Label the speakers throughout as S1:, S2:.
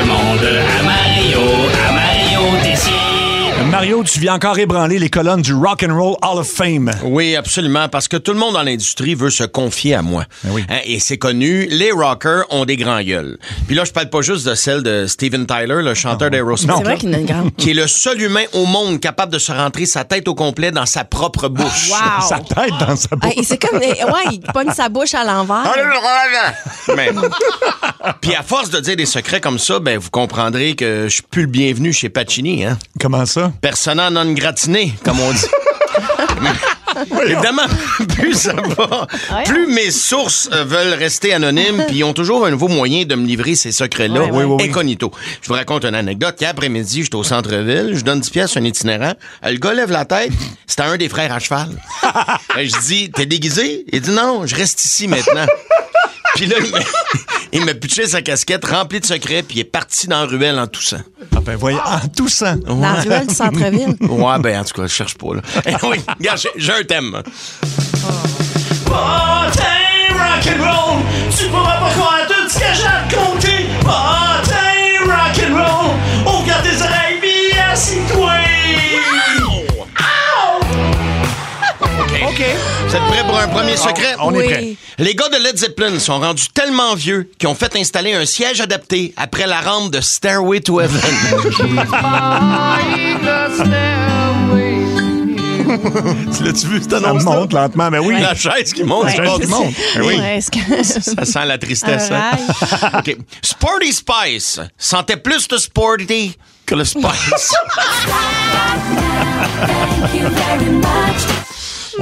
S1: à Mario, à Mario Tessier.
S2: Mario, tu viens encore ébranler les colonnes du Rock and Roll Hall of Fame.
S3: Oui, absolument, parce que tout le monde dans l'industrie veut se confier à moi.
S2: oui.
S3: Hein, et c'est connu, les rockers ont des grands gueules. Puis là, je parle pas juste de celle de Steven Tyler, le chanteur d'Aerosmith.
S4: C'est vrai qu'il y en a une grande.
S3: qui est le seul humain au monde capable de se rentrer sa tête au complet dans sa propre bouche.
S4: Wow!
S2: Sa tête dans sa
S4: Ah,
S2: bouche.
S4: et c'est comme. eh, Ouais, il pogne sa bouche à
S2: Ah,
S4: l'envers.
S3: Mais- Puis à force de dire des secrets comme ça, ben vous comprendrez que je suis plus le bienvenu chez Pacini, hein.
S2: Comment ça?
S3: Persona non gratiné, comme on dit. Évidemment, plus ça va, plus mes sources euh, veulent rester anonymes, puis ils ont toujours un nouveau moyen de me livrer ces secrets-là,
S2: Ouais, ouais. Oui, oui, oui.
S3: incognito. Je vous raconte une anecdote. Hier après-midi, j'étais au centre-ville, je donne 10 pièces à un itinérant. Euh, Le gars lève la tête, c'était un des frères à cheval. Euh, Je dis, t'es déguisé? Il dit, non, je reste ici maintenant. Puis là, il m'a- il m'a pitché sa casquette remplie de secrets, puis il est parti dans la ruelle en toussant.
S2: Ah ben voyons, en toussant.
S3: Oh.
S4: Dans la ruelle du centre-ville.
S3: Ouais, ben en tout cas, je cherche pas, là. Eh oui, regarde, j'ai- j'ai un thème.
S1: Bottin rock'n'roll, tu pourras pas croire à tout ce que j'ai raconté. Bottin rock'n'roll, on garde tes oreilles bien assis-toi.
S3: OK. Vous êtes prêts pour un premier secret?
S2: on est
S4: Oui.
S2: prêt.
S3: Les gars de Led Zeppelin sont rendus tellement vieux qu'ils ont fait installer un siège adapté après la rampe de Stairway to Heaven. tu l'as-tu vu, cette
S2: Ça
S3: annonce?
S2: monte lentement, mais oui.
S3: La chaise qui monte,
S2: La
S3: du
S2: chaise
S3: bord
S2: qui
S3: du-
S2: monte.
S3: Eh oui.
S4: Ouais, est-ce que-
S3: Ça sent la tristesse. hein? OK. Sporty Spice sentait plus de sporty que le spice.
S2: Wow.
S3: J'ai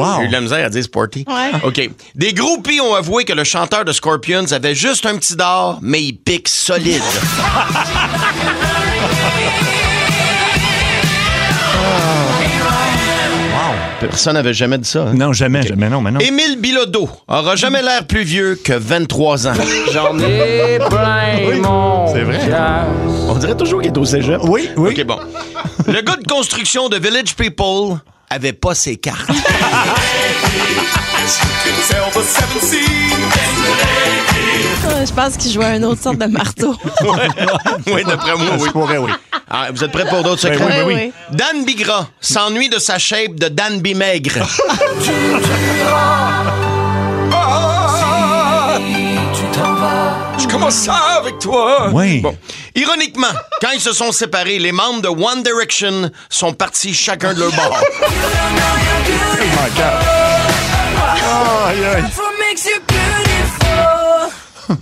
S2: Ah.
S3: eu de la misère à dire sporty.
S4: Ouais.
S3: OK. Des groupies ont avoué que le chanteur de Scorpions avait juste un petit dard, mais il pique solide. Personne n'avait jamais dit ça. hein?
S2: Non, jamais, jamais, non, mais non.
S3: Émile Bilodeau aura jamais l'air plus vieux que 23 ans.
S5: J'en ai plein mon
S2: c'est vrai.
S5: cœur.
S3: On dirait toujours qu'il est au cégep.
S2: Oui, oui.
S3: OK, bon. Le gars de construction de Village People avait pas ses cartes.
S4: Je pense qu'il jouait à une autre sorte de marteau.
S3: oui, d'après moi, oui.
S2: Je pourrais, oui.
S3: Ah, vous êtes prêts pour d'autres secrets?
S2: oui,
S4: ben oui. Oui,
S3: Dan Bigra s'ennuie de sa shape de Dan Bimaigre.
S5: Je commence ça avec toi.
S2: Oui.
S3: Bon. Ironiquement, quand ils se sont séparés, les membres de One Direction sont partis chacun de leur bord.
S2: Oh my God. Aïe, aïe.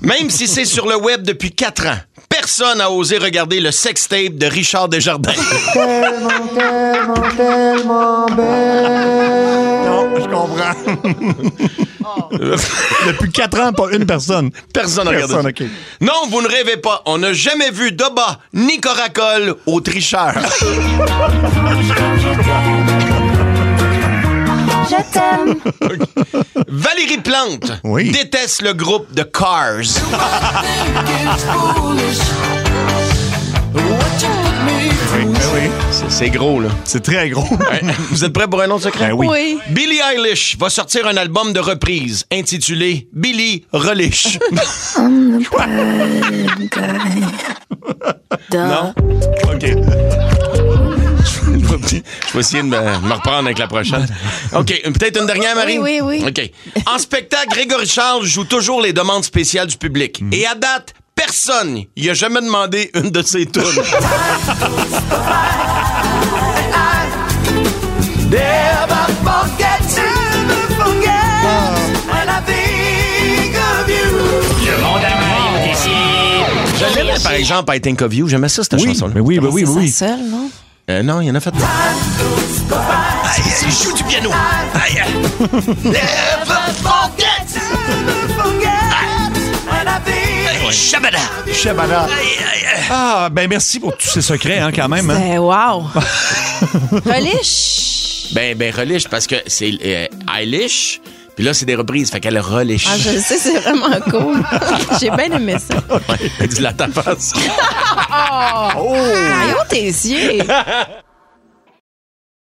S3: Même si c'est sur le web depuis quatre ans, personne n'a osé regarder le sextape de Richard Desjardins.
S2: Non, je comprends. Depuis quatre ans, pas une personne.
S3: Personne n'a regardé
S2: Personne,
S3: ça.
S2: OK.
S3: Non, vous ne rêvez pas. On n'a jamais vu Doba ni Coracol au tricheur.
S6: Je t'aime.
S3: Valérie Plante
S2: Oui.
S3: déteste le groupe de Cars.
S2: Oui, ben oui.
S3: C'est- C'est gros, là.
S2: C'est très gros.
S3: Vous êtes prêts pour un autre secret?
S2: Ben oui.
S4: Oui.
S3: Billie Eilish va sortir un album de reprise intitulé Billie Relish. non? OK. Je vais je vais essayer de me, me reprendre avec la prochaine. OK, une- peut-être une dernière, Marie?
S4: Oui, oui, oui.
S3: OK. En spectacle, Grégory Charles joue toujours les demandes spéciales du public.
S2: Mhm.
S3: Et à date, personne n'y a jamais demandé une de ses tunes.
S1: Le monde à Mario Tessier.
S3: Je l'aimais, par exemple, I Think of You. J'aimais ça, cette chanson-là.
S2: mais oui, ben oui,
S4: C'est
S2: oui, Hein?
S4: sa
S2: oui.
S4: seule, non?
S3: Euh, non, il y en a fait. Aïe, il joue du piano. Aïe. Aïe, Shabada.
S2: Shabada. Ah, ben merci pour tous ces secrets, hein, quand même. hein.
S4: Ben, wow! Reliche!
S3: Ben, ben, relish, parce que c'est euh, Eilish, puis là, c'est des reprises, fait qu'elle relish.
S4: Ah, je le sais, c'est vraiment cool. J'ai bien aimé ça.
S2: Oh.
S3: Ouais, elle dit la tapasse.
S4: oh, Mario Tessier!